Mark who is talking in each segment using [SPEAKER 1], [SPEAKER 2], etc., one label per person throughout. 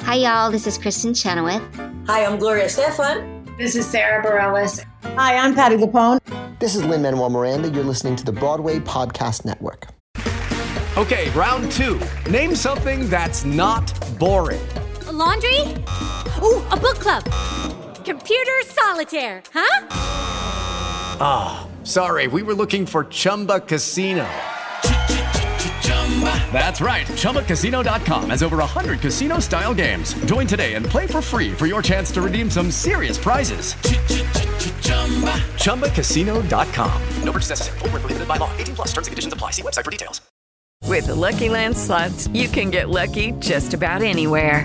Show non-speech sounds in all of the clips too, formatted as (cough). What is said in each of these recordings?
[SPEAKER 1] Hi, y'all. This is Kristen Chenoweth.
[SPEAKER 2] Hi, I'm Gloria Stefan.
[SPEAKER 3] This is Sarah Bareilles.
[SPEAKER 4] Hi, I'm Patty Lapone.
[SPEAKER 5] This is Lynn Manuel Miranda. You're listening to the Broadway Podcast Network.
[SPEAKER 6] Okay, round two. Name something that's not boring.
[SPEAKER 7] A laundry? Ooh, a book club. Computer solitaire, huh?
[SPEAKER 6] Ah, sorry. We were looking for Chumba Casino. That's right. ChumbaCasino.com has over 100 casino style games. Join today and play for free for your chance to redeem some serious prizes. ChumbaCasino.com. No purchase necessary. Void where prohibited by law. 18 plus terms and conditions apply. See website for details.
[SPEAKER 8] With the Lucky Land slots, you can get lucky just about anywhere.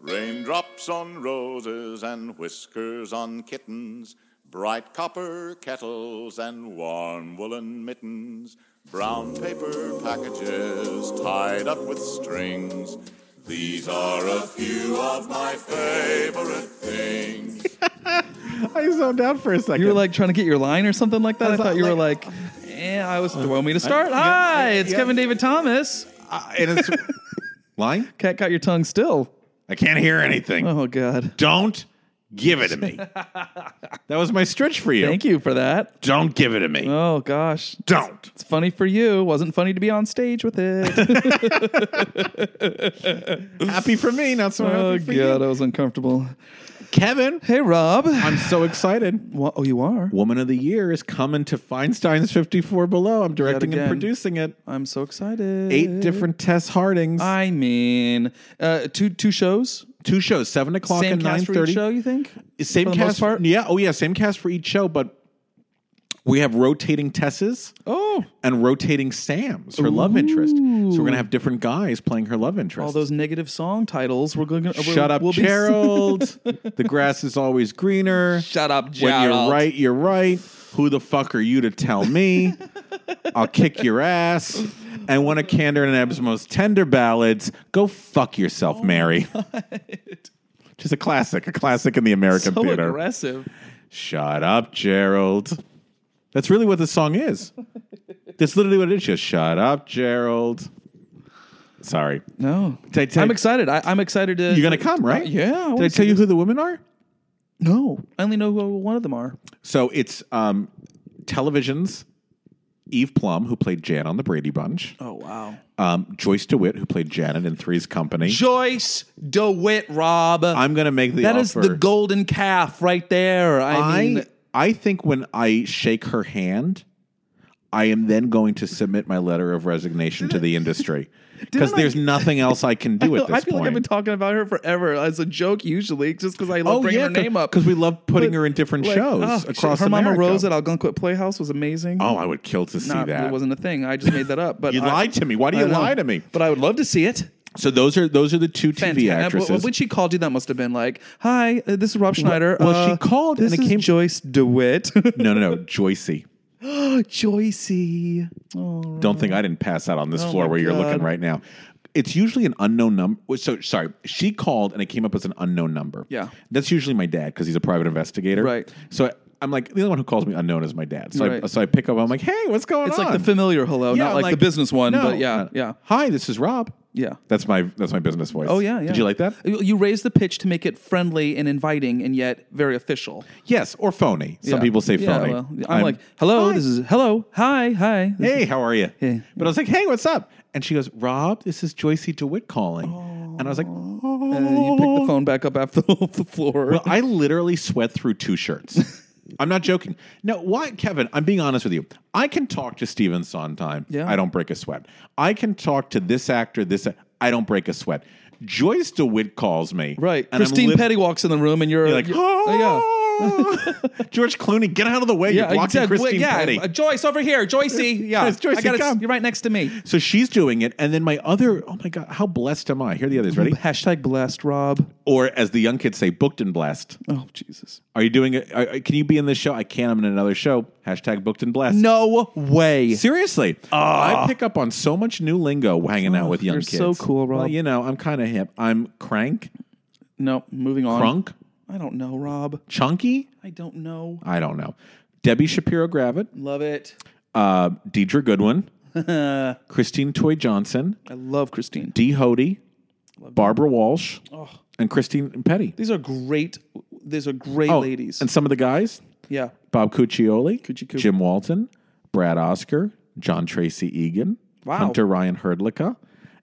[SPEAKER 9] Raindrops on roses and whiskers on kittens, bright copper kettles and warm woolen mittens, brown paper packages tied up with strings. These are a few of my favorite things.
[SPEAKER 10] I zoned out for a second.
[SPEAKER 11] You were like trying to get your line or something like that. I,
[SPEAKER 10] I
[SPEAKER 11] thought
[SPEAKER 10] thought,
[SPEAKER 11] you were
[SPEAKER 10] like- uh,
[SPEAKER 11] like, eh, I was. Do you want me to start? Hi,
[SPEAKER 10] yeah,
[SPEAKER 11] it's
[SPEAKER 10] yeah.
[SPEAKER 11] Kevin David Thomas.
[SPEAKER 10] I- and
[SPEAKER 11] (laughs)
[SPEAKER 10] it's lying.
[SPEAKER 11] Cat got your tongue still.
[SPEAKER 10] I can't hear anything.
[SPEAKER 11] Oh God.
[SPEAKER 10] Don't give it to me. that was my stretch for you.
[SPEAKER 11] Thank you for that.
[SPEAKER 10] Don't give it to me.
[SPEAKER 11] Oh gosh,
[SPEAKER 10] Don't.
[SPEAKER 11] it's funny for you. Wasn't funny to be on stage with it.
[SPEAKER 10] (laughs) Happy for me, not so
[SPEAKER 11] oh
[SPEAKER 10] happy for you.
[SPEAKER 11] God, I was uncomfortable.
[SPEAKER 10] Kevin,
[SPEAKER 11] Hey Rob.
[SPEAKER 10] I'm so excited.
[SPEAKER 11] Wha- oh, you are.
[SPEAKER 10] Woman of the Year is coming to Feinstein's 54 Below. I'm directing and
[SPEAKER 11] again.
[SPEAKER 10] producing it.
[SPEAKER 11] I'm so excited.
[SPEAKER 10] Eight different Tess Hardings.
[SPEAKER 11] I mean, uh, two two shows.
[SPEAKER 10] Two shows, seven o'clock
[SPEAKER 11] Same
[SPEAKER 10] and nine
[SPEAKER 11] cast for
[SPEAKER 10] thirty.
[SPEAKER 11] each show. You think?
[SPEAKER 10] Same
[SPEAKER 11] for the
[SPEAKER 10] cast,
[SPEAKER 11] most part?
[SPEAKER 10] yeah. Oh yeah, same cast for each show, but we have rotating Tesses.
[SPEAKER 11] Oh,
[SPEAKER 10] and rotating Sam's, her love interest. So we're gonna have different guys playing her love interest.
[SPEAKER 11] all those negative song titles. We're going to
[SPEAKER 10] Shut up, Gerald.
[SPEAKER 11] (laughs)
[SPEAKER 10] the grass is always greener.
[SPEAKER 11] Shut up,
[SPEAKER 10] when you're
[SPEAKER 11] Gerald.
[SPEAKER 10] right, you're right. Who the fuck are you to tell
[SPEAKER 11] (laughs)
[SPEAKER 10] me? I'll kick your ass. And one of Candor and Ebb's most tender ballads. Go fuck
[SPEAKER 11] Oh
[SPEAKER 10] yourself, Mary. Just a classic, a classic in the American
[SPEAKER 11] so
[SPEAKER 10] theater.
[SPEAKER 11] aggressive.
[SPEAKER 10] Shut up, Gerald. That's really what the song is. That's literally what it is. Just shut up, Gerald. Sorry.
[SPEAKER 11] No,
[SPEAKER 10] Did I tell-
[SPEAKER 11] I'm excited. I, I'm excited to.
[SPEAKER 10] You're gonna come, right?
[SPEAKER 11] Uh, yeah, I
[SPEAKER 10] Did I
[SPEAKER 11] wanna
[SPEAKER 10] tell you who the women are?
[SPEAKER 11] No, I only know who one of them are.
[SPEAKER 10] So it's um, television's Eve Plum, who played Jan on the Brady Bunch.
[SPEAKER 11] Oh wow,
[SPEAKER 10] Um, Joyce DeWitt, who played Janet in Three's Company.
[SPEAKER 11] Joyce DeWitt, Rob.
[SPEAKER 10] I'm gonna make the
[SPEAKER 11] That is
[SPEAKER 10] offer.
[SPEAKER 11] the golden calf right there. I,
[SPEAKER 10] I
[SPEAKER 11] mean,
[SPEAKER 10] I think when I shake her hand, I am then going to submit my letter of resignation to the industry because
[SPEAKER 11] (laughs) didn't I-
[SPEAKER 10] there's nothing else I can do
[SPEAKER 11] I
[SPEAKER 10] at
[SPEAKER 11] feel
[SPEAKER 10] this
[SPEAKER 11] like I've been
[SPEAKER 10] point.
[SPEAKER 11] talking about her forever as a joke, usually, just because I love
[SPEAKER 10] oh
[SPEAKER 11] bringing
[SPEAKER 10] yeah,
[SPEAKER 11] her name up.
[SPEAKER 10] because we love putting
[SPEAKER 11] But,
[SPEAKER 10] her in different
[SPEAKER 11] Like,
[SPEAKER 10] shows
[SPEAKER 11] oh,
[SPEAKER 10] across
[SPEAKER 11] her
[SPEAKER 10] America.
[SPEAKER 11] Mama Rose at Algonquin Playhouse was amazing.
[SPEAKER 10] oh, I would kill to see
[SPEAKER 11] Nah,
[SPEAKER 10] that.
[SPEAKER 11] it wasn't a thing. I just made that up. But
[SPEAKER 10] You
[SPEAKER 11] I-
[SPEAKER 10] lied to me. Why do
[SPEAKER 11] I
[SPEAKER 10] you
[SPEAKER 11] know.
[SPEAKER 10] lie to me?
[SPEAKER 11] But I would love to see it.
[SPEAKER 10] So those are those are the two TV
[SPEAKER 11] Fantastic.
[SPEAKER 10] actresses.
[SPEAKER 11] When she called you, that must have been like, "Hi, uh, this is Rob Schneider."
[SPEAKER 10] well, she
[SPEAKER 11] Uh,
[SPEAKER 10] called and
[SPEAKER 11] this
[SPEAKER 10] it
[SPEAKER 11] is
[SPEAKER 10] came-
[SPEAKER 11] Joyce Dewitt. (laughs)
[SPEAKER 10] no, no, no, Joycey.
[SPEAKER 11] (gasps) Joycey. Oh,
[SPEAKER 10] Don't think I didn't pass out on this
[SPEAKER 11] Oh
[SPEAKER 10] floor
[SPEAKER 11] my
[SPEAKER 10] where you're looking
[SPEAKER 11] God.
[SPEAKER 10] right now. It's usually an unknown number. So sorry, she called and it came up as an unknown number.
[SPEAKER 11] Yeah.
[SPEAKER 10] that's usually my dad because he's a private investigator.
[SPEAKER 11] Right.
[SPEAKER 10] So I, I'm like the only one who calls me unknown is my dad. So I
[SPEAKER 11] Right.
[SPEAKER 10] so I pick up. I'm like, hey, what's going
[SPEAKER 11] it's
[SPEAKER 10] on?
[SPEAKER 11] like the familiar hello,
[SPEAKER 10] Yeah,
[SPEAKER 11] not
[SPEAKER 10] I'm
[SPEAKER 11] like, the business one.
[SPEAKER 10] no,
[SPEAKER 11] but yeah,
[SPEAKER 10] no.
[SPEAKER 11] yeah,
[SPEAKER 10] Hi, this is Rob.
[SPEAKER 11] yeah.
[SPEAKER 10] That's my that's my business voice.
[SPEAKER 11] Oh yeah, yeah.
[SPEAKER 10] Did you like that?
[SPEAKER 11] You you raise the pitch to make it friendly and inviting, and yet very official.
[SPEAKER 10] Yes, or phony. Some
[SPEAKER 11] Yeah.
[SPEAKER 10] people say
[SPEAKER 11] Yeah,
[SPEAKER 10] phony.
[SPEAKER 11] well, I'm, like, hello,
[SPEAKER 10] Hi.
[SPEAKER 11] this is hello, hi, hi. This
[SPEAKER 10] hey, how are you?
[SPEAKER 11] Hey.
[SPEAKER 10] But I was like, hey, what's up? And she goes, Rob, this is Joycey DeWitt calling. And I was like, oh.
[SPEAKER 11] is- and you pick the phone back up after the floor.
[SPEAKER 10] Well, I literally sweat through two shirts. I'm not joking. No, why, Kevin? I'm being honest with you. I can talk to Steven Sondheim.
[SPEAKER 11] Yeah.
[SPEAKER 10] I don't break a sweat. I can talk to this actor, this. a- I don't break a sweat. Joyce DeWitt calls me.
[SPEAKER 11] right.
[SPEAKER 10] and I'm
[SPEAKER 11] Christine
[SPEAKER 10] lit-
[SPEAKER 11] Petty walks in the room, and you're, oh,
[SPEAKER 10] You're like, "Ah!"
[SPEAKER 11] yeah. (laughs)
[SPEAKER 10] George Clooney, get out of the way. You're blocking
[SPEAKER 12] exact-
[SPEAKER 10] Christine
[SPEAKER 12] yeah,
[SPEAKER 10] Petty.
[SPEAKER 12] uh, Joyce over
[SPEAKER 10] (laughs)
[SPEAKER 12] here, Joycey.
[SPEAKER 11] (laughs)
[SPEAKER 12] Yeah,
[SPEAKER 10] Yes, Joycey,
[SPEAKER 12] I gotta,
[SPEAKER 10] come.
[SPEAKER 12] You're right next to me.
[SPEAKER 10] So she's doing it. And then my other, oh my God, how blessed am I? Here are the others. Ready?
[SPEAKER 12] Hashtag blessed, Rob.
[SPEAKER 10] Or as the young kids say, booked and blessed.
[SPEAKER 12] Oh Jesus!
[SPEAKER 10] Are you doing it? Are, can you be in this show? I can't. I'm in another show. Hashtag booked and blessed.
[SPEAKER 12] No way. Ah.
[SPEAKER 10] Seriously, I pick up on so much new lingo hanging out with young
[SPEAKER 12] you're
[SPEAKER 10] kids.
[SPEAKER 12] so cool, Rob.
[SPEAKER 10] Well, you know, I'm kind of hip. I'm crank,
[SPEAKER 12] No, moving on.
[SPEAKER 10] crunk,
[SPEAKER 12] I don't know, Rob.
[SPEAKER 10] chunky.
[SPEAKER 12] I don't know.
[SPEAKER 10] I don't know. Debbie Shapiro Gravitt,
[SPEAKER 12] Love it.
[SPEAKER 10] uh, Deidre Goodwin, Christine Toy Johnson,
[SPEAKER 12] I love Christine. Oh.
[SPEAKER 10] Dee Hody, Barbara Walsh, and Christine Petty. Oh,
[SPEAKER 12] These are great. These are great ladies.
[SPEAKER 10] and some of the guys:
[SPEAKER 12] yeah.
[SPEAKER 10] Bob Cuccioli,
[SPEAKER 12] Cucci Coo.
[SPEAKER 10] Jim Walton, Brad Oscar, John Tracy Egan,
[SPEAKER 12] Wow.
[SPEAKER 10] Hunter Ryan Herdlicka.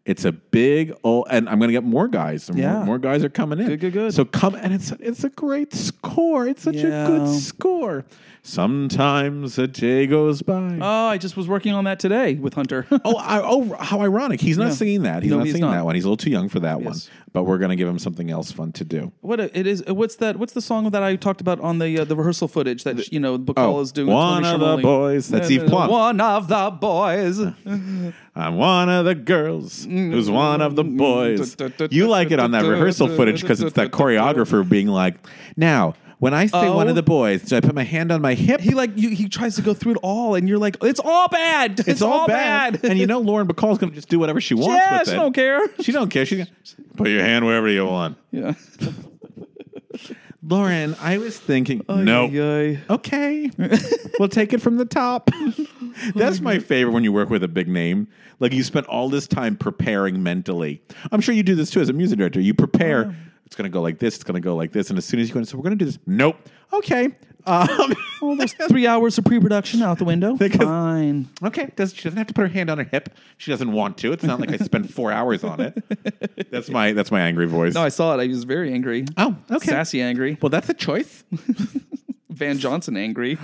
[SPEAKER 10] It's a big old, and I'm going to get more guys. More,
[SPEAKER 12] Yeah.
[SPEAKER 10] more guys are coming in.
[SPEAKER 12] Good, good, good.
[SPEAKER 10] So come, and it's it's a great score. It's such a
[SPEAKER 12] Yeah.
[SPEAKER 10] good score. Sometimes a day goes by.
[SPEAKER 12] Oh, I just was working on that today with Hunter.
[SPEAKER 10] Oh, I, oh, how ironic. He's not
[SPEAKER 12] Yeah.
[SPEAKER 10] singing that. He's
[SPEAKER 12] No,
[SPEAKER 10] not
[SPEAKER 12] he's
[SPEAKER 10] singing
[SPEAKER 12] not.
[SPEAKER 10] that one. He's a little too young for that
[SPEAKER 12] Yes.
[SPEAKER 10] one. But we're going to give him something else fun to do.
[SPEAKER 12] What a, it is? What's that? What's the song that I talked about on the uh, the rehearsal footage that you know Bacall is doing? with
[SPEAKER 10] Oh, One
[SPEAKER 12] Tony
[SPEAKER 10] of the
[SPEAKER 12] Schiavone?
[SPEAKER 10] boys. That's Eve Plum.
[SPEAKER 12] One of the boys.
[SPEAKER 10] (laughs) I'm one of the girls who's one of the
[SPEAKER 12] Mm. (laughs)
[SPEAKER 10] boys. You like it on that rehearsal footage because it's that choreographer being like, now, when I say one
[SPEAKER 12] Oh.
[SPEAKER 10] of the boys, do I put my hand on my hip?
[SPEAKER 12] He like you, he tries to go through it all, and you're like, it's all bad. It's, all bad.
[SPEAKER 10] and you know Lauren Bacall's going to just do whatever she wants
[SPEAKER 12] yeah,
[SPEAKER 10] with
[SPEAKER 12] she
[SPEAKER 10] it.
[SPEAKER 12] don't care.
[SPEAKER 10] She don't care. She's gonna, put your hand wherever you want.
[SPEAKER 12] Yeah.
[SPEAKER 10] (laughs) Lauren, I was thinking, no.
[SPEAKER 12] Yay.
[SPEAKER 10] okay, we'll take it from the
[SPEAKER 12] (laughs)
[SPEAKER 10] top. That's my favorite when you work with a big name. Like you spent all this time preparing mentally. I'm sure you do this too as a music director. You prepare. It's going to go like this. It's going to go like this. And as soon as you go, in, so we're going to do this. Nope. Okay. (laughs) Um,
[SPEAKER 12] All
[SPEAKER 10] (laughs)
[SPEAKER 12] those three hours of pre-production out the window.
[SPEAKER 10] Because-
[SPEAKER 12] Fine.
[SPEAKER 10] okay. Does, she doesn't have to put her hand on her hip. She doesn't want to. It's not like I spent four (laughs) hours on it. That's my that's my angry voice.
[SPEAKER 12] No, I saw it. I was very angry.
[SPEAKER 10] oh, okay.
[SPEAKER 12] Sassy angry.
[SPEAKER 10] Well, that's a choice.
[SPEAKER 12] Van Johnson angry.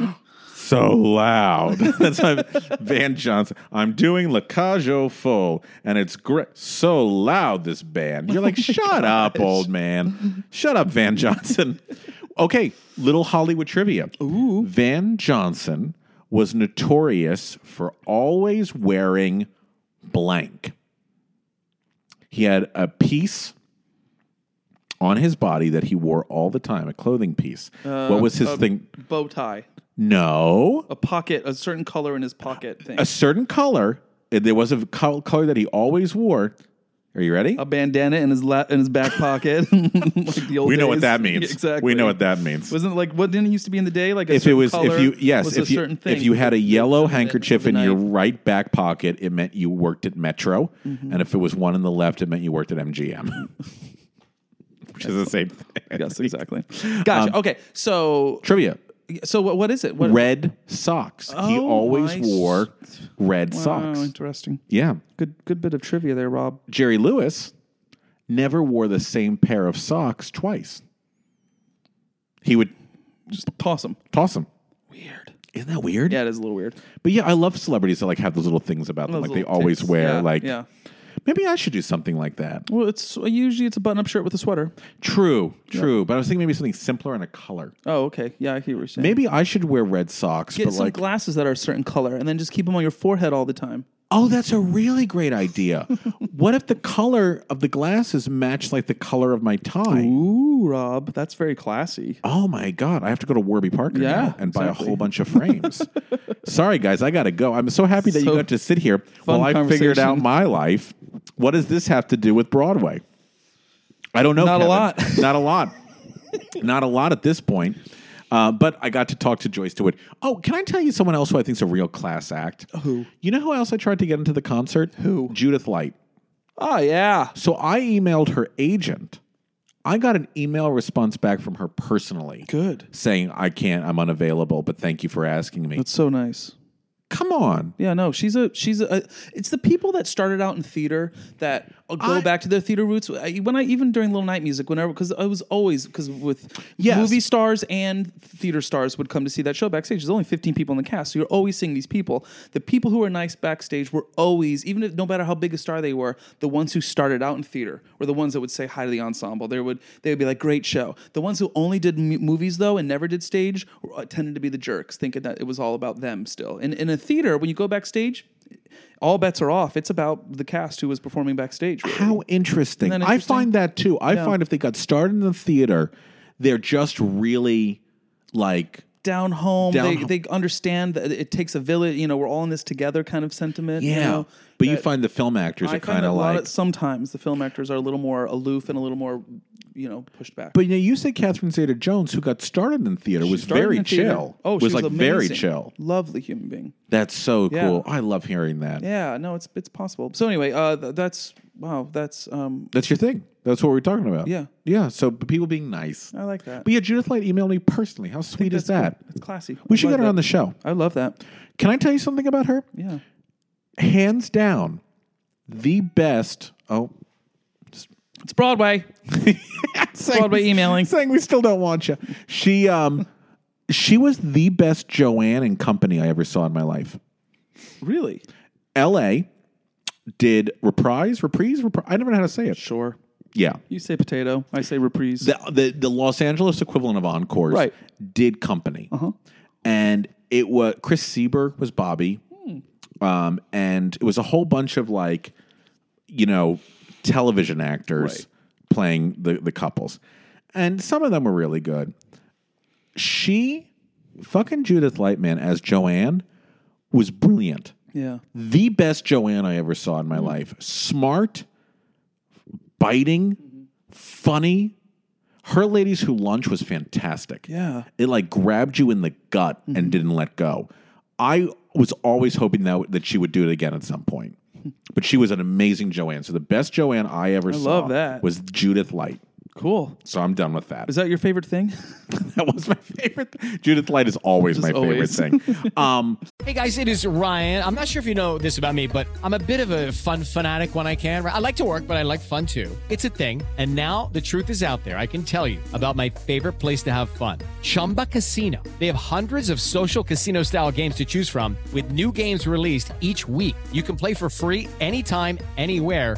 [SPEAKER 10] so loud. (laughs) That's why Van Johnson. I'm doing La Cage aux Folles, and it's great. So loud, this band. You're like, shut up, old man. Shut up, Van Johnson. Okay, little Hollywood trivia. Ooh. Van Johnson was notorious for always wearing blank. He had a piece on his body that he wore all the time, a clothing piece. what was his thing?
[SPEAKER 12] Bow tie.
[SPEAKER 10] No.
[SPEAKER 12] A pocket. A certain color in his pocket thing.
[SPEAKER 10] A certain color. uh, There was a col- color that he always wore. Are you ready?
[SPEAKER 12] a bandana in his la- in his back pocket. (laughs) like the old
[SPEAKER 10] we know what
[SPEAKER 12] days.
[SPEAKER 10] that means.
[SPEAKER 12] (laughs) exactly.
[SPEAKER 10] We know what that means.
[SPEAKER 12] Wasn't it like what didn't it used to be in the day like a
[SPEAKER 10] if it
[SPEAKER 12] certain
[SPEAKER 10] was,
[SPEAKER 12] color
[SPEAKER 10] if you, yes,
[SPEAKER 12] was
[SPEAKER 10] if
[SPEAKER 12] a
[SPEAKER 10] you,
[SPEAKER 12] certain thing.
[SPEAKER 10] if you had a yellow
[SPEAKER 12] With the-
[SPEAKER 10] handkerchief
[SPEAKER 12] with
[SPEAKER 10] in
[SPEAKER 12] the
[SPEAKER 10] your
[SPEAKER 12] knife.
[SPEAKER 10] right back pocket, it meant you worked at Metro,
[SPEAKER 12] Mm-hmm.
[SPEAKER 10] and if it was one in the left, it meant you worked at MGM,
[SPEAKER 12] (laughs)
[SPEAKER 10] which is the same thing.
[SPEAKER 12] yes, exactly. Gotcha. okay, so
[SPEAKER 10] Trivia:
[SPEAKER 12] so what, what is it? What,
[SPEAKER 10] Um, red socks. he
[SPEAKER 12] Oh,
[SPEAKER 10] always
[SPEAKER 12] my
[SPEAKER 10] wore red
[SPEAKER 12] Oh,
[SPEAKER 10] socks.
[SPEAKER 12] interesting.
[SPEAKER 10] Yeah,
[SPEAKER 12] Good good bit of trivia there, Rob.
[SPEAKER 10] Jerry Lewis never wore the same pair of socks twice. He would
[SPEAKER 12] Just toss them.
[SPEAKER 10] toss them.
[SPEAKER 12] Weird.
[SPEAKER 10] Isn't that weird?
[SPEAKER 12] Yeah, it is a little weird.
[SPEAKER 10] But yeah, I love celebrities that like have those little things about them,
[SPEAKER 12] Those
[SPEAKER 10] like they
[SPEAKER 12] little
[SPEAKER 10] always
[SPEAKER 12] ticks.
[SPEAKER 10] wear.
[SPEAKER 12] Yeah,
[SPEAKER 10] like,
[SPEAKER 12] yeah.
[SPEAKER 10] maybe I should do something like that.
[SPEAKER 12] Well, it's usually it's a button up shirt with a sweater.
[SPEAKER 10] True, true. But I was thinking maybe something simpler and a color.
[SPEAKER 12] Oh, okay. Yeah, I hear what you're saying.
[SPEAKER 10] Maybe I should wear red socks,
[SPEAKER 12] get
[SPEAKER 10] but
[SPEAKER 12] some
[SPEAKER 10] like,
[SPEAKER 12] glasses that are a certain color, and then just keep them on your forehead all the time.
[SPEAKER 10] oh, that's a really great
[SPEAKER 12] (laughs)
[SPEAKER 10] idea. what if the color of the glasses matched like the color of my tie?
[SPEAKER 12] Ooh, Rob, that's very classy.
[SPEAKER 10] Oh my God, I have to go to Warby Parker
[SPEAKER 12] Yeah,
[SPEAKER 10] now and buy a
[SPEAKER 12] exactly.
[SPEAKER 10] whole bunch of
[SPEAKER 12] (laughs)
[SPEAKER 10] frames. Sorry, guys, I got to go. I'm so happy that you
[SPEAKER 12] So,
[SPEAKER 10] got to sit here while I figured
[SPEAKER 12] conversation.
[SPEAKER 10] out my life. What does this have to do with Broadway? I don't know.
[SPEAKER 12] Not a
[SPEAKER 10] Kevin. (laughs)
[SPEAKER 12] lot.
[SPEAKER 10] Not a lot. Not a lot at this point. Uh, but I got to talk to Joyce DeWitt. Oh, can I tell you someone else who I think is a real class act? Who? You know who else I tried to get into the concert? Who? Judith Light.
[SPEAKER 12] Oh yeah.
[SPEAKER 10] So I emailed her agent. I got an email response back from her personally
[SPEAKER 12] Good.
[SPEAKER 10] saying I can't, I'm unavailable, but thank you for asking me.
[SPEAKER 12] That's so nice.
[SPEAKER 10] Come on.
[SPEAKER 12] Yeah, no, she's a she's a. It's the people that started out in theater that go
[SPEAKER 10] I-
[SPEAKER 12] back to their theater roots. I- When I even during Little Night Music, whenever because I was always because with
[SPEAKER 10] Yes.
[SPEAKER 12] movie stars and theater stars would come to see that show backstage. There's only 15 people in the cast, so you're always seeing these people. The people who are nice backstage were always, even if no matter how big a star they were, the ones who started out in theater were the ones that would say hi to the ensemble. They would they would be like, "Great show." The ones who only did mu- movies though and never did stage were- uh, tended to be the jerks, thinking that it was all about them still. And in a theater, when you go backstage. All bets are off. It's about the cast who was performing backstage. really.
[SPEAKER 10] How interesting.
[SPEAKER 12] Isn't that
[SPEAKER 10] I
[SPEAKER 12] interesting?
[SPEAKER 10] find that too. I find if they got started in the theater, they're just really like
[SPEAKER 12] down home.
[SPEAKER 10] Down
[SPEAKER 12] they,
[SPEAKER 10] home.
[SPEAKER 12] they understand that it takes a village. You know, we're all in this together kind of sentiment. you
[SPEAKER 10] yeah.
[SPEAKER 12] know,
[SPEAKER 10] but you
[SPEAKER 12] that-
[SPEAKER 10] find the film actors
[SPEAKER 12] I
[SPEAKER 10] are
[SPEAKER 12] find
[SPEAKER 10] kind
[SPEAKER 12] that
[SPEAKER 10] of
[SPEAKER 12] a lot
[SPEAKER 10] like
[SPEAKER 12] of- sometimes the film actors are a little more aloof and a little more, you know, pushed back.
[SPEAKER 10] But you know, you say Catherine Zeta-Jones, who got started in theater,
[SPEAKER 12] She
[SPEAKER 10] was
[SPEAKER 12] started
[SPEAKER 10] very
[SPEAKER 12] in theater.
[SPEAKER 10] chill.
[SPEAKER 12] Oh,
[SPEAKER 10] was,
[SPEAKER 12] she
[SPEAKER 10] like very
[SPEAKER 12] amazing.
[SPEAKER 10] chill.
[SPEAKER 12] Lovely human being.
[SPEAKER 10] That's so
[SPEAKER 12] Yeah.
[SPEAKER 10] cool. I love hearing that.
[SPEAKER 12] Yeah, no, it's it's possible. So anyway, uh, th- that's wow, that's um,
[SPEAKER 10] That's your thing. That's what we're talking about.
[SPEAKER 12] Yeah.
[SPEAKER 10] yeah. So but people being nice.
[SPEAKER 12] I like that.
[SPEAKER 10] But yeah, Judith Light emailed me personally. How sweet is
[SPEAKER 12] That's cool.
[SPEAKER 10] that?
[SPEAKER 12] It's classy.
[SPEAKER 10] We
[SPEAKER 12] I
[SPEAKER 10] should
[SPEAKER 12] love
[SPEAKER 10] get her
[SPEAKER 12] that.
[SPEAKER 10] on the show.
[SPEAKER 12] I love that.
[SPEAKER 10] Can I tell you something about her?
[SPEAKER 12] Yeah.
[SPEAKER 10] Hands down, the best. Oh,
[SPEAKER 12] It's Broadway.
[SPEAKER 10] (laughs) saying-
[SPEAKER 12] Broadway
[SPEAKER 10] (laughs)
[SPEAKER 12] emailing.
[SPEAKER 10] saying we still don't want you. She um, she was the best Joanne and Company I ever saw in my life.
[SPEAKER 12] Really?
[SPEAKER 10] L.A. did reprise, reprise, reprise. I never know how to say it.
[SPEAKER 12] Sure.
[SPEAKER 10] Yeah,
[SPEAKER 12] You say potato. I say reprise.
[SPEAKER 10] the the, the Los Angeles equivalent of Encores
[SPEAKER 12] Right. Uh-huh.
[SPEAKER 10] did Company, and it was Chris Sieber was Bobby,
[SPEAKER 12] Hmm.
[SPEAKER 10] um, and it was a whole bunch of like, you know, television actors
[SPEAKER 12] Right.
[SPEAKER 10] playing the the couples, and some of them were really good. She, fucking Judith Lightman as Joanne, was brilliant
[SPEAKER 12] yeah.
[SPEAKER 10] the best Joanne I ever saw in my
[SPEAKER 12] Mm-hmm.
[SPEAKER 10] life. Smart, biting, funny. Her Ladies Who Lunch was fantastic.
[SPEAKER 12] Yeah. Mm-hmm.
[SPEAKER 10] It like grabbed you in the gut and didn't let go. I was always hoping that, that she would do it again at some
[SPEAKER 12] (laughs)
[SPEAKER 10] point. But she was an amazing Joanne. So the best Joanne I ever saw
[SPEAKER 12] love that.
[SPEAKER 10] was Judith Light.
[SPEAKER 12] Cool.
[SPEAKER 10] So I'm done with that.
[SPEAKER 12] Is that your favorite thing?
[SPEAKER 10] (laughs)
[SPEAKER 12] (laughs)
[SPEAKER 10] that was my favorite. Judith Light is always my
[SPEAKER 12] always. (laughs)
[SPEAKER 10] favorite thing. Um,
[SPEAKER 4] Hey guys, it is Ryan. I'm not sure if you know this about me, but I'm a bit of a fun fanatic when I can. I like to work, but I like fun too. It's a thing. And now the truth is out there. I can tell you about my favorite place to have fun Chumba Casino. They have hundreds of social casino style games to choose from, with new games released each week. You can play for free anytime, anywhere.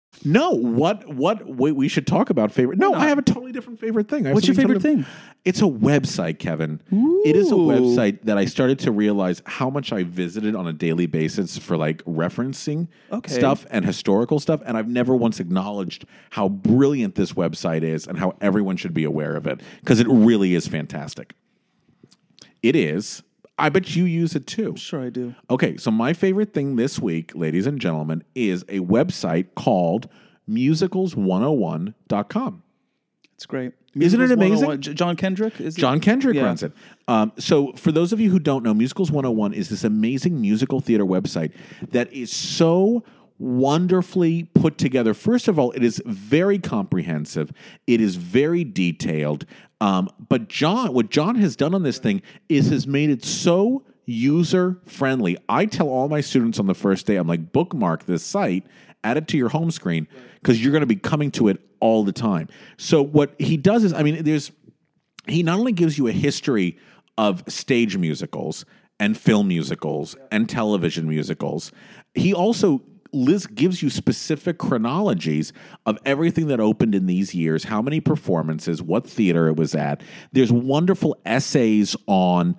[SPEAKER 10] No, what what we, we should talk about favorite? No, I have a totally different favorite thing. I have
[SPEAKER 12] What's your
[SPEAKER 10] something
[SPEAKER 12] favorite
[SPEAKER 10] totally-
[SPEAKER 12] thing?
[SPEAKER 10] It's a website, Kevin. It is a website that I started to realize how much I visited on a daily basis for like referencing
[SPEAKER 12] Okay.
[SPEAKER 10] stuff and historical stuff, and I've never once acknowledged how brilliant this website is and how everyone should be aware of it because it really is fantastic. It is. I bet you use it too.
[SPEAKER 12] sure, I do.
[SPEAKER 10] Okay, so my favorite thing this week, ladies and gentlemen, is a website called musicals101.com.
[SPEAKER 12] It's great.
[SPEAKER 10] Isn't it
[SPEAKER 12] Musicals
[SPEAKER 10] amazing?
[SPEAKER 12] 101. J- John Kendrick is it?
[SPEAKER 10] John Kendrick
[SPEAKER 12] Yeah.
[SPEAKER 10] runs it. Um, so, for those of you who don't know, Musicals 101 is this amazing musical theater website that is so wonderfully put together. First of all, it is very comprehensive, it is very detailed. Um, but John, what John has done on this thing is has made it so user friendly. I tell all my students on the first day, I'm like, bookmark this site, add it to your home screen because you're going to be coming to it all the time. So what he does is, I mean, there's he not only gives you a history of stage musicals and film musicals and television musicals, he also list gives you specific chronologies of everything that opened in these years, how many performances, what theater it was at. There's wonderful essays on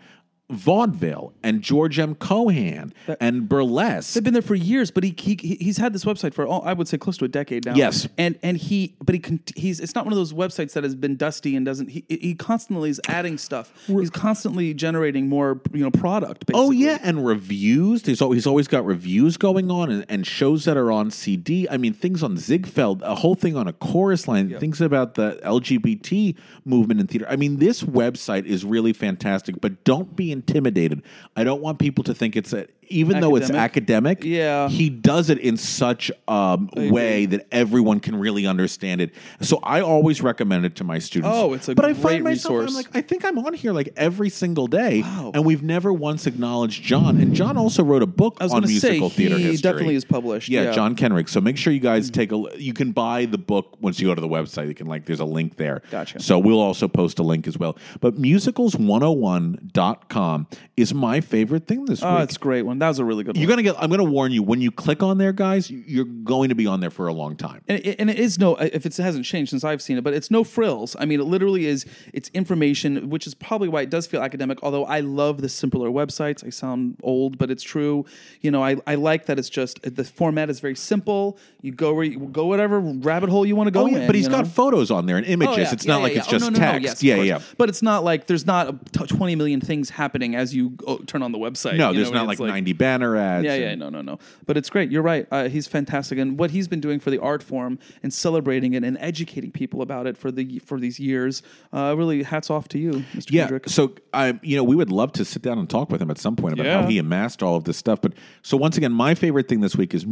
[SPEAKER 10] vaudeville and George M. Cohan and burlesque.
[SPEAKER 12] They've been there for years, but he, he he- he's had this website for all I would say close to a decade now.
[SPEAKER 10] Yes.
[SPEAKER 12] and and he but he con- he's it's not one of those websites that has been dusty and doesn't he he constantly is adding stuff. He's constantly generating more you know product. Basically.
[SPEAKER 10] Oh yeah, and reviews. He's always, he's always got reviews going on, and, and shows that are on CD. I mean, things on Ziegfeld, a whole thing on a chorus line, things about the LGBT movement in theater. I mean, this website is really fantastic. But don't be intimidated. I don't want people to think it's a, even though it's academic. Yeah, he does it in such a way that everyone can really understand it. So I always recommend it to my students.
[SPEAKER 12] Oh, it's a
[SPEAKER 10] but I
[SPEAKER 12] great
[SPEAKER 10] find myself,
[SPEAKER 12] resource.
[SPEAKER 10] I'm like, I think I'm on here like every single day, and we've never once acknowledged John. And John also wrote a book
[SPEAKER 12] I was
[SPEAKER 10] on
[SPEAKER 12] gonna say,
[SPEAKER 10] musical theater
[SPEAKER 12] he
[SPEAKER 10] history.
[SPEAKER 12] definitely is published,
[SPEAKER 10] Yeah,
[SPEAKER 12] yeah. Mm.
[SPEAKER 10] John Kenrick. So make sure you guys take a. l- You can buy the book once you go to the website. You can like, there's a link there. Gotcha. So we'll also post a link as well. But musicals101.com is my favorite thing this
[SPEAKER 12] Oh,
[SPEAKER 10] week.
[SPEAKER 12] it's a great one. That was a really good one.
[SPEAKER 10] You're gonna get. I'm gonna warn you. When you click on there, guys, you're going to be on there for a long time.
[SPEAKER 12] and it, and it is no if it hasn't changed since I've seen it, but it's no frills. I mean, it literally is it's information, which is probably why it does feel academic. Although I love the simpler websites. I sound old, but it's true. You know, I, I like that it's just the format is very simple. You go where you go whatever rabbit hole you want to go
[SPEAKER 10] Oh, yeah,
[SPEAKER 12] in.
[SPEAKER 10] but he's
[SPEAKER 12] you
[SPEAKER 10] got
[SPEAKER 12] know?
[SPEAKER 10] photos on there and images.
[SPEAKER 12] Oh, yeah.
[SPEAKER 10] It's
[SPEAKER 12] Yeah,
[SPEAKER 10] not
[SPEAKER 12] yeah,
[SPEAKER 10] like
[SPEAKER 12] yeah.
[SPEAKER 10] it's
[SPEAKER 12] Oh,
[SPEAKER 10] just
[SPEAKER 12] no, no, no.
[SPEAKER 10] text.
[SPEAKER 12] Yes, of
[SPEAKER 10] yeah,
[SPEAKER 12] course.
[SPEAKER 10] yeah.
[SPEAKER 12] But it's not like there's not a t- 20 million things happening as you go, turn on the website.
[SPEAKER 10] No,
[SPEAKER 12] you
[SPEAKER 10] there's
[SPEAKER 12] know,
[SPEAKER 10] not like,
[SPEAKER 12] and it's
[SPEAKER 10] 90 banner ads.
[SPEAKER 12] Yeah, yeah,
[SPEAKER 10] and-
[SPEAKER 12] no, no, no. But it's great. You're right. Uh, he's fantastic, and what he's been doing for the art form and celebrating it and educating people about it for the for these years, uh, really hats off to you, Mr.
[SPEAKER 10] Yeah.
[SPEAKER 12] Kendrick.
[SPEAKER 10] So I, you know, we would love to sit down and talk with him at some point about how
[SPEAKER 12] Yeah.
[SPEAKER 10] he amassed all of this stuff. But so once again, my favorite thing this week is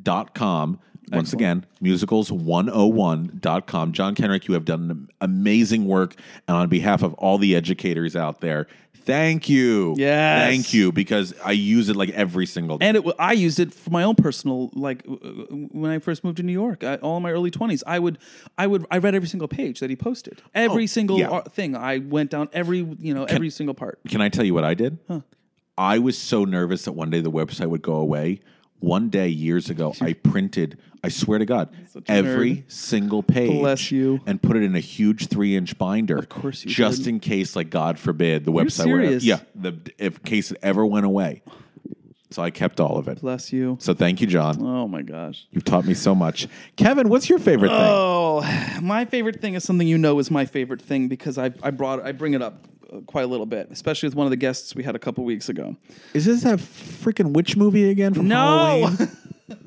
[SPEAKER 10] musicals101.com. Once again, musicals101.com. John Kenrick, you have done amazing work. And on behalf of all the educators out there, thank you.
[SPEAKER 12] Yes.
[SPEAKER 10] Thank you. Because I use it like every single day.
[SPEAKER 12] And it, wa- I used it for my own personal, like w- w- when I first moved to New York, I, all in my early twenties. I would, I would, I read every single page that he posted, every
[SPEAKER 10] Oh,
[SPEAKER 12] single
[SPEAKER 10] yeah.
[SPEAKER 12] ar- thing. I went down every, you know, every single part.
[SPEAKER 10] Can I tell you what I did? I was so nervous that one day the website would go away. One day years ago,
[SPEAKER 12] (laughs)
[SPEAKER 10] I printed, I swear to God,
[SPEAKER 12] a
[SPEAKER 10] every
[SPEAKER 12] nerd.
[SPEAKER 10] single page.
[SPEAKER 12] Bless you.
[SPEAKER 10] And put it in a huge three inch binder. Of
[SPEAKER 12] course you
[SPEAKER 10] Just
[SPEAKER 12] did.
[SPEAKER 10] in case, like, God forbid, the website were-
[SPEAKER 12] serious?
[SPEAKER 10] Yeah. The, if case it ever went away. So I kept all of it.
[SPEAKER 12] Bless you.
[SPEAKER 10] So thank you, John.
[SPEAKER 12] Oh my gosh.
[SPEAKER 10] You've taught me so much. Kevin, what's your favorite thing?
[SPEAKER 12] Oh, my favorite thing is something you know is my favorite thing because I, I brought I bring it up uh, quite a little bit, especially with one of the guests we had a couple weeks ago.
[SPEAKER 10] Is this that freaking witch movie again from Halloween?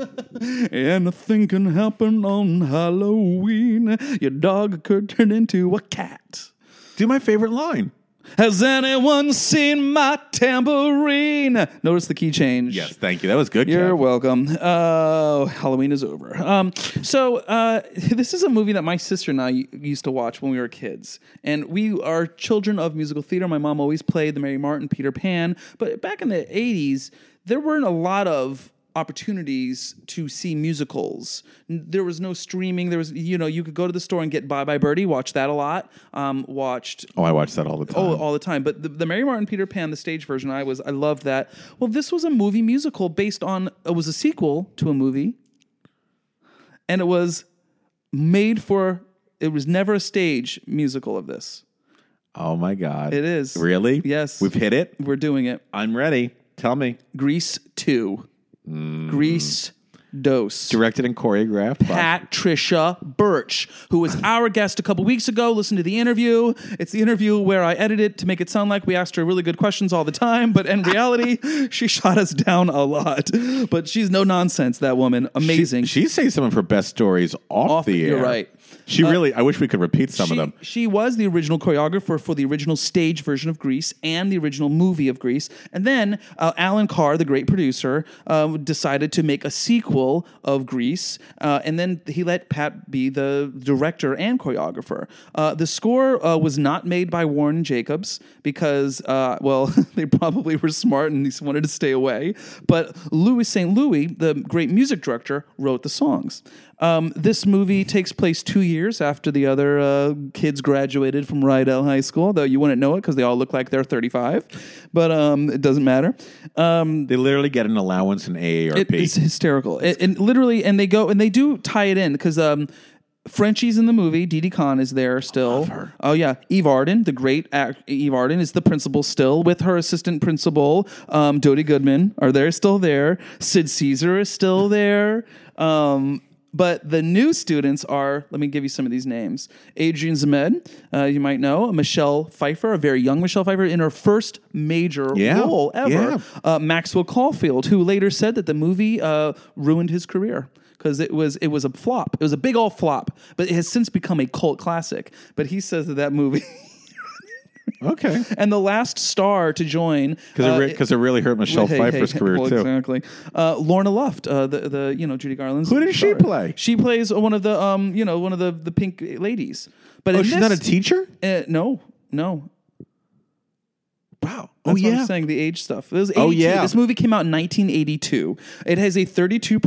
[SPEAKER 12] (laughs) Anything can happen on Halloween. Your dog could turn into a cat.
[SPEAKER 10] Do my favorite line.
[SPEAKER 12] Has anyone seen my tambourine? Notice the key change.
[SPEAKER 10] Yes, thank you. That was good.
[SPEAKER 12] You're
[SPEAKER 10] Kev.
[SPEAKER 12] welcome. Uh, Halloween is over. Um, so uh, (laughs) this is a movie that my sister and I u- used to watch when we were kids, and we are children of musical theater. My mom always played the Mary Martin, Peter Pan, but back in the '80s, there weren't a lot of opportunities to see musicals. N- There was no streaming. There was, you know, you could go to the store and get Bye Bye Birdie. Watched that a lot. Um, watched
[SPEAKER 10] Oh, I watch that all the time.
[SPEAKER 12] Oh, all the time. But the, the Mary Martin Peter Pan, the stage version, I was I loved that. Well, this was a movie musical based on it was a sequel to a movie, and it was made for. It was never a stage musical of this.
[SPEAKER 10] Oh my God.
[SPEAKER 12] It is.
[SPEAKER 10] Really?
[SPEAKER 12] Yes.
[SPEAKER 10] We've hit it.
[SPEAKER 12] We're doing it.
[SPEAKER 10] I'm ready. Tell me.
[SPEAKER 12] Grease two. Grease dose.
[SPEAKER 10] Directed and choreographed by.
[SPEAKER 12] Patricia Birch, who was our guest a couple weeks ago. Listen to the interview. It's the interview where I edited to make it sound like we asked her really good questions all the time, but in reality, (laughs) she shot us down a lot. But she's no nonsense, that woman. Amazing.
[SPEAKER 10] She says some of her best stories off,
[SPEAKER 12] Off-
[SPEAKER 10] the air.
[SPEAKER 12] you're right. Uh,
[SPEAKER 10] She really, I wish we could repeat some
[SPEAKER 12] she,
[SPEAKER 10] of them.
[SPEAKER 12] she was the original choreographer for the original stage version of Grease and the original movie of Grease. And then uh, Alan Carr, the great producer, um, decided to make a sequel of Grease. Uh, and then he let Pat be the director and choreographer. Uh, the score uh, was not made by Warren Jacobs because, uh, well, (laughs) they probably were smart and just wanted to stay away. But Louis St. Louis, the great music director, wrote the songs. Um, this movie takes place two years after the other uh, kids graduated from Rydell High School, though you wouldn't know it because they all look like they're 35, but um, it doesn't matter. Um,
[SPEAKER 10] They literally get an allowance in AARP.
[SPEAKER 12] it- it's hysterical. It, and literally, and they go and they do tie it in because um, Frenchie's in the movie. Didi Khan is there still. Oh yeah, Eve Arden, the great act, Eve Arden is the principal still with her assistant principal, um, Dodie Goodman. Are they still there? Sid Caesar is still there. Um, but the new students are. Let me give you some of these names. Adrian Zemed, uh, you might know. Michelle Pfeiffer, a very young Michelle Pfeiffer, in her first major
[SPEAKER 10] Yeah.
[SPEAKER 12] role ever.
[SPEAKER 10] Yeah.
[SPEAKER 12] Uh, Maxwell Caulfield, who later said that the movie uh, ruined his career because it was it was a flop. It was a big old flop, but it has since become a cult classic. But he says that that movie. (laughs)
[SPEAKER 10] okay.
[SPEAKER 12] And the last star to join
[SPEAKER 10] Because it, re- 'cause it really hurt Michelle
[SPEAKER 12] Uh, Hey, hey,
[SPEAKER 10] Pfeiffer's
[SPEAKER 12] hey,
[SPEAKER 10] career
[SPEAKER 12] well,
[SPEAKER 10] too.
[SPEAKER 12] Exactly. Uh, Lorna Luft, uh, the the you know Judy Garland's. Who
[SPEAKER 10] did she play?
[SPEAKER 12] She plays one of the um you know one of the the pink ladies. But
[SPEAKER 10] Oh,
[SPEAKER 12] in
[SPEAKER 10] she's
[SPEAKER 12] this-
[SPEAKER 10] not a teacher?
[SPEAKER 12] Uh, no, no. Wow. That's what
[SPEAKER 10] Oh, yeah.
[SPEAKER 12] I'm saying. The age stuff. This was
[SPEAKER 10] Oh,
[SPEAKER 12] 82.
[SPEAKER 10] yeah.
[SPEAKER 12] This movie came out in 1982. It has a 32%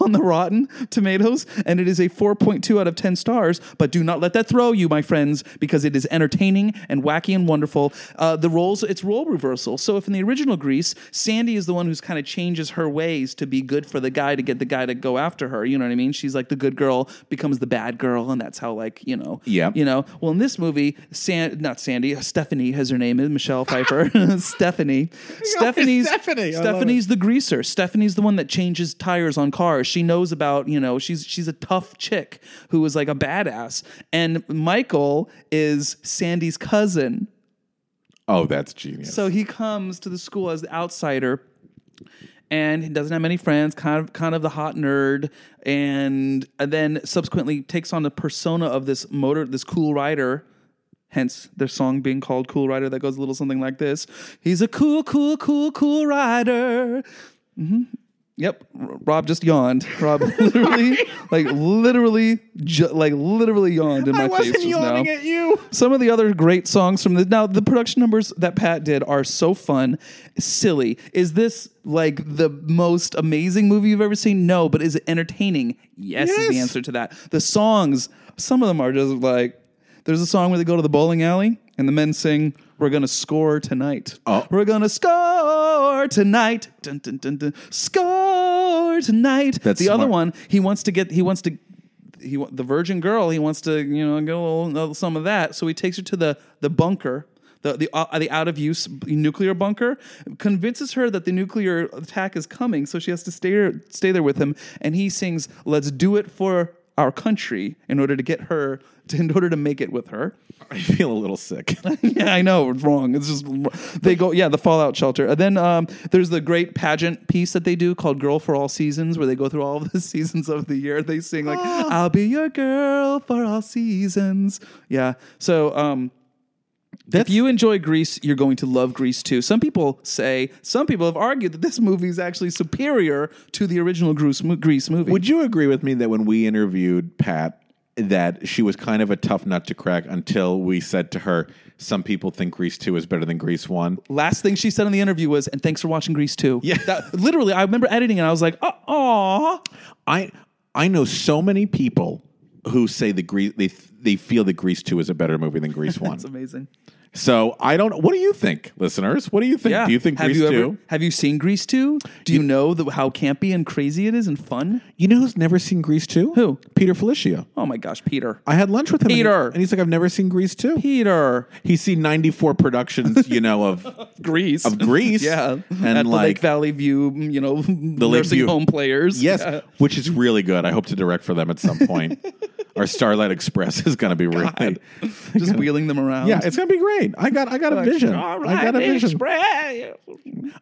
[SPEAKER 12] (laughs) on the Rotten Tomatoes, and it is a 4.2 out of 10 stars. But do not let that throw you, my friends, because it is entertaining and wacky and wonderful. Uh, the roles, it's role reversal. So if in the original Grease, Sandy is the one who's kind of changes her ways to be good for the guy to get the guy to go after her. You know what I mean? She's like the good girl becomes the bad girl, and that's how like you know.
[SPEAKER 10] Yeah.
[SPEAKER 12] You know. Well, in this movie, San not Sandy, Stephanie has her name is Michelle Pfeiffer. (laughs) Stephanie. Stephanie's
[SPEAKER 10] Stephanie. I love
[SPEAKER 12] Stephanie's the greaser. Stephanie's the one that changes tires on cars. She knows about you know she's she's a tough chick who is like a badass. And Michael is Sandy's cousin.
[SPEAKER 10] Oh, that's genius.
[SPEAKER 12] So
[SPEAKER 10] (laughs)
[SPEAKER 12] he comes to the school as the outsider and he doesn't have many friends, kind of kind of the hot nerd, and, and then subsequently takes on the persona of this motor, this cool rider. Hence their song being called Cool Rider that goes a little something like this. He's a cool, cool, cool, cool rider. hmm Yep, R- Rob just yawned. Rob (laughs) literally, like literally, ju- like literally yawned in my
[SPEAKER 10] I
[SPEAKER 12] face.
[SPEAKER 10] wasn't
[SPEAKER 12] just
[SPEAKER 10] yawning
[SPEAKER 12] now.
[SPEAKER 10] at you. (laughs)
[SPEAKER 12] Some of the other great songs from the now the production numbers that Pat did are so fun, silly. Is this like the most amazing movie you've ever seen? No, but is it entertaining? Yes, is the
[SPEAKER 10] Yes.
[SPEAKER 12] answer to that. The songs, some of them are just like there's a song where they go to the bowling alley and the men sing, "We're gonna score tonight. We're gonna score tonight. Dun, dun, dun, dun. Score tonight."
[SPEAKER 10] That's
[SPEAKER 12] the other
[SPEAKER 10] smart.
[SPEAKER 12] one. He wants to get. He wants to he wa- the virgin girl he wants to you know get a little, little some of that so he takes her to the the bunker the the, uh, the out of use nuclear bunker convinces her that the nuclear attack is coming so she has to stay stay there with him and he sings let's do it for our country in order to get her to, in order to make it with her
[SPEAKER 10] I feel a little sick.
[SPEAKER 12] (laughs) yeah, I know. It's wrong. It's just they go. Yeah, the fallout shelter. And then um, there's the great pageant piece that they do called "Girl for All Seasons," where they go through all of the (laughs) seasons of the year. They
[SPEAKER 10] (gasps)
[SPEAKER 12] sing like "I'll be your girl for all seasons." Yeah. So um, if you enjoy Grease, you're going to love Grease too. Some people say, some people have argued that this movie is actually superior to the original Grease, mo- Grease movie.
[SPEAKER 10] Would you agree with me that when we interviewed Pat, that she was kind of a tough nut to crack until we said to her, "Some people think Grease Two is better than Grease One."
[SPEAKER 12] Last thing she said in the interview was, "And thanks for watching Grease too." Yeah, that, literally, I remember editing and I was like, "Oh."
[SPEAKER 10] I I know so many people who say the Grease they they feel that Grease Two is a better movie than Grease One.
[SPEAKER 12] (laughs) That's amazing.
[SPEAKER 10] So I don't. What do you think, listeners? What do you think? Do you think
[SPEAKER 12] have
[SPEAKER 10] Grease
[SPEAKER 12] you
[SPEAKER 10] Two?
[SPEAKER 12] Ever, have you seen Grease 2? Do you, know the, how campy and crazy it is and fun?
[SPEAKER 10] You know who's never seen Grease 2?
[SPEAKER 12] Who?
[SPEAKER 10] Peter Felicia.
[SPEAKER 12] Oh my gosh, Peter.
[SPEAKER 10] I had lunch with him. and he-
[SPEAKER 12] Peter.
[SPEAKER 10] And, he's like, I've never seen Grease 2.
[SPEAKER 12] Peter.
[SPEAKER 10] He's seen 94 productions, you know,
[SPEAKER 12] (laughs)
[SPEAKER 10] of
[SPEAKER 12] Grease.
[SPEAKER 10] Of Grease.
[SPEAKER 12] (laughs) yeah.
[SPEAKER 10] And
[SPEAKER 12] At the
[SPEAKER 10] like
[SPEAKER 12] Lake Valley View, you know,
[SPEAKER 10] the Lake
[SPEAKER 12] nursing
[SPEAKER 10] View-
[SPEAKER 12] home players.
[SPEAKER 10] Yes. (laughs)
[SPEAKER 12] Yeah.
[SPEAKER 10] Which is really good. I hope to direct for them at some
[SPEAKER 12] (laughs)
[SPEAKER 10] point. Our Starlight Express is going to be really.
[SPEAKER 12] Just wheeling them
[SPEAKER 10] (laughs)
[SPEAKER 12] around.
[SPEAKER 10] Yeah, it's going to be great. I got I got a
[SPEAKER 12] Like,
[SPEAKER 10] vision.
[SPEAKER 12] "All
[SPEAKER 10] I got a
[SPEAKER 12] right,
[SPEAKER 10] vision.
[SPEAKER 12] Express."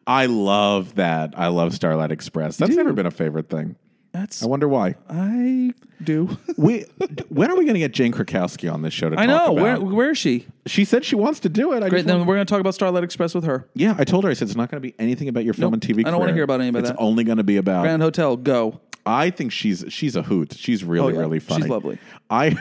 [SPEAKER 10] I love that. I love Starlight Express. That's never been a favorite thing.
[SPEAKER 12] That's
[SPEAKER 10] I wonder why.
[SPEAKER 12] I
[SPEAKER 10] (laughs)
[SPEAKER 12] do.
[SPEAKER 10] We when are we going to get Jane Krakowski on this show to
[SPEAKER 12] I
[SPEAKER 10] talk
[SPEAKER 12] know.
[SPEAKER 10] about?
[SPEAKER 12] Where, where is she?
[SPEAKER 10] She said she wants to do it. I
[SPEAKER 12] Great.
[SPEAKER 10] just
[SPEAKER 12] Then
[SPEAKER 10] want-
[SPEAKER 12] we're going to talk about Starlight Express with her.
[SPEAKER 10] Yeah, I told her. I said it's not going to be anything about your film
[SPEAKER 12] Nope.
[SPEAKER 10] and TV.
[SPEAKER 12] I don't wanna
[SPEAKER 10] career.
[SPEAKER 12] hear about any of
[SPEAKER 10] it's
[SPEAKER 12] that.
[SPEAKER 10] It's only going to be about.
[SPEAKER 12] Grand Hotel, go.
[SPEAKER 10] I think she's she's a hoot. She's really
[SPEAKER 12] Oh, yeah.
[SPEAKER 10] really
[SPEAKER 12] She's
[SPEAKER 10] funny.
[SPEAKER 12] lovely.
[SPEAKER 10] I (laughs)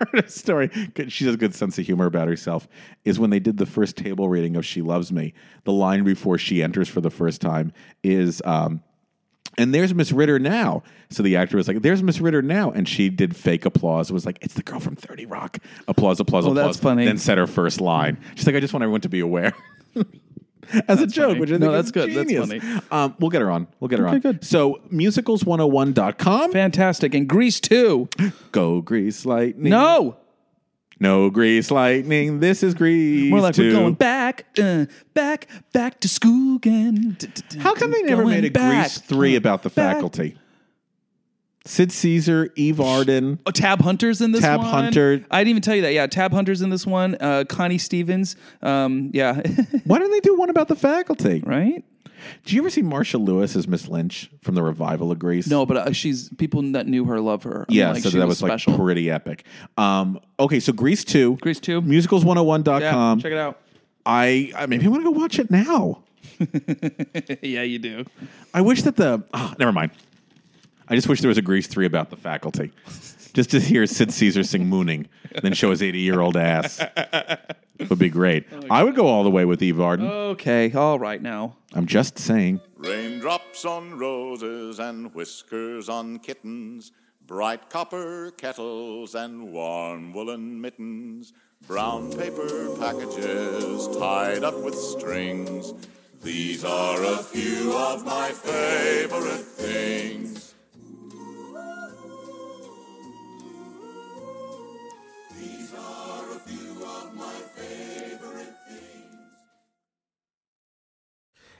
[SPEAKER 10] heard a story. 'cause She has a good sense of humor about herself. Is when they did the first table reading of "She Loves Me," the line before she enters for the first time is. Um, and there's Miss Ritter now. So the actor was like, "There's Miss Ritter now," and she did fake applause. Was like, "It's the girl from Thirty Rock." Applause, applause,
[SPEAKER 12] Oh,
[SPEAKER 10] applause.
[SPEAKER 12] that's funny.
[SPEAKER 10] Then said her first line. She's like, "I just want everyone to be aware." (laughs) as a joke, which I think
[SPEAKER 12] No,
[SPEAKER 10] is
[SPEAKER 12] that's good. That's
[SPEAKER 10] genius.
[SPEAKER 12] funny.
[SPEAKER 10] Um, we'll get her on. We'll get her
[SPEAKER 12] Okay,
[SPEAKER 10] on.
[SPEAKER 12] good.
[SPEAKER 10] So musicals101.com.
[SPEAKER 12] Fantastic. And Grease too.
[SPEAKER 10] Go Grease Lightning.
[SPEAKER 12] No.
[SPEAKER 10] No Grease Lightning. This is Grease.
[SPEAKER 12] More like we're
[SPEAKER 10] 2.
[SPEAKER 12] going back, uh, back, back to school again.
[SPEAKER 10] How come they never made a Grease 3 about the faculty? Sid Caesar, Eve Arden.
[SPEAKER 12] Oh, Tab Hunter's in this
[SPEAKER 10] Tab
[SPEAKER 12] one.
[SPEAKER 10] Hunter.
[SPEAKER 12] I didn't even tell you that. Yeah, Tab Hunter's in this one. Uh, Connie Stevens. Um, yeah. (laughs)
[SPEAKER 10] Why don't they do one about the faculty?
[SPEAKER 12] Right?
[SPEAKER 10] Do you ever see Marsha Lewis as Miss Lynch from the revival of Grease?
[SPEAKER 12] no, but uh, she's people that knew her love her. I mean,
[SPEAKER 10] Yeah,
[SPEAKER 12] like,
[SPEAKER 10] so
[SPEAKER 12] she
[SPEAKER 10] that was, like
[SPEAKER 12] special.
[SPEAKER 10] pretty epic. Um, okay, so Grease 2.
[SPEAKER 12] Grease 2. yeah,
[SPEAKER 10] Musicals101.com.
[SPEAKER 12] check it out. (laughs)
[SPEAKER 10] I, I maybe I want to go watch it now.
[SPEAKER 12] yeah, you do.
[SPEAKER 10] I wish that the ah, never mind. I just wish there was a Grease three about the faculty, just to hear Sid Caesar sing "Mooning" and then show his eighty-year-old ass would be great. I would go all the way with Eve Arden.
[SPEAKER 12] Okay, all right now.
[SPEAKER 10] I'm just saying.
[SPEAKER 9] Raindrops on roses and whiskers on kittens, bright copper kettles and warm woolen mittens, brown paper packages tied up with strings. These are a few of my favorite things.